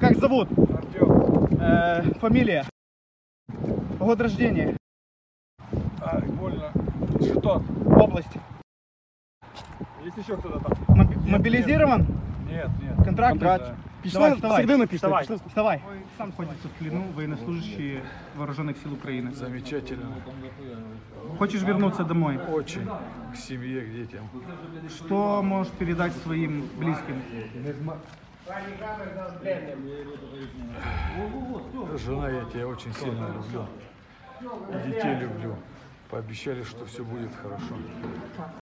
Как зовут? Э, фамилия? Год рождения? Ай, а, больно. Что? Область? Есть еще кто-то там? Моб- мобилизирован? Нет, нет. Контракт? Контракт. Давай, вставай. написано. Вставай, вставай. Сам ходится в плену военнослужащие вооруженных сил Украины. Замечательно. Хочешь вернуться домой? Очень. К семье, к детям. Что можешь передать своим близким? Жена, я тебя очень сильно люблю. И детей люблю. Пообещали, что все будет хорошо.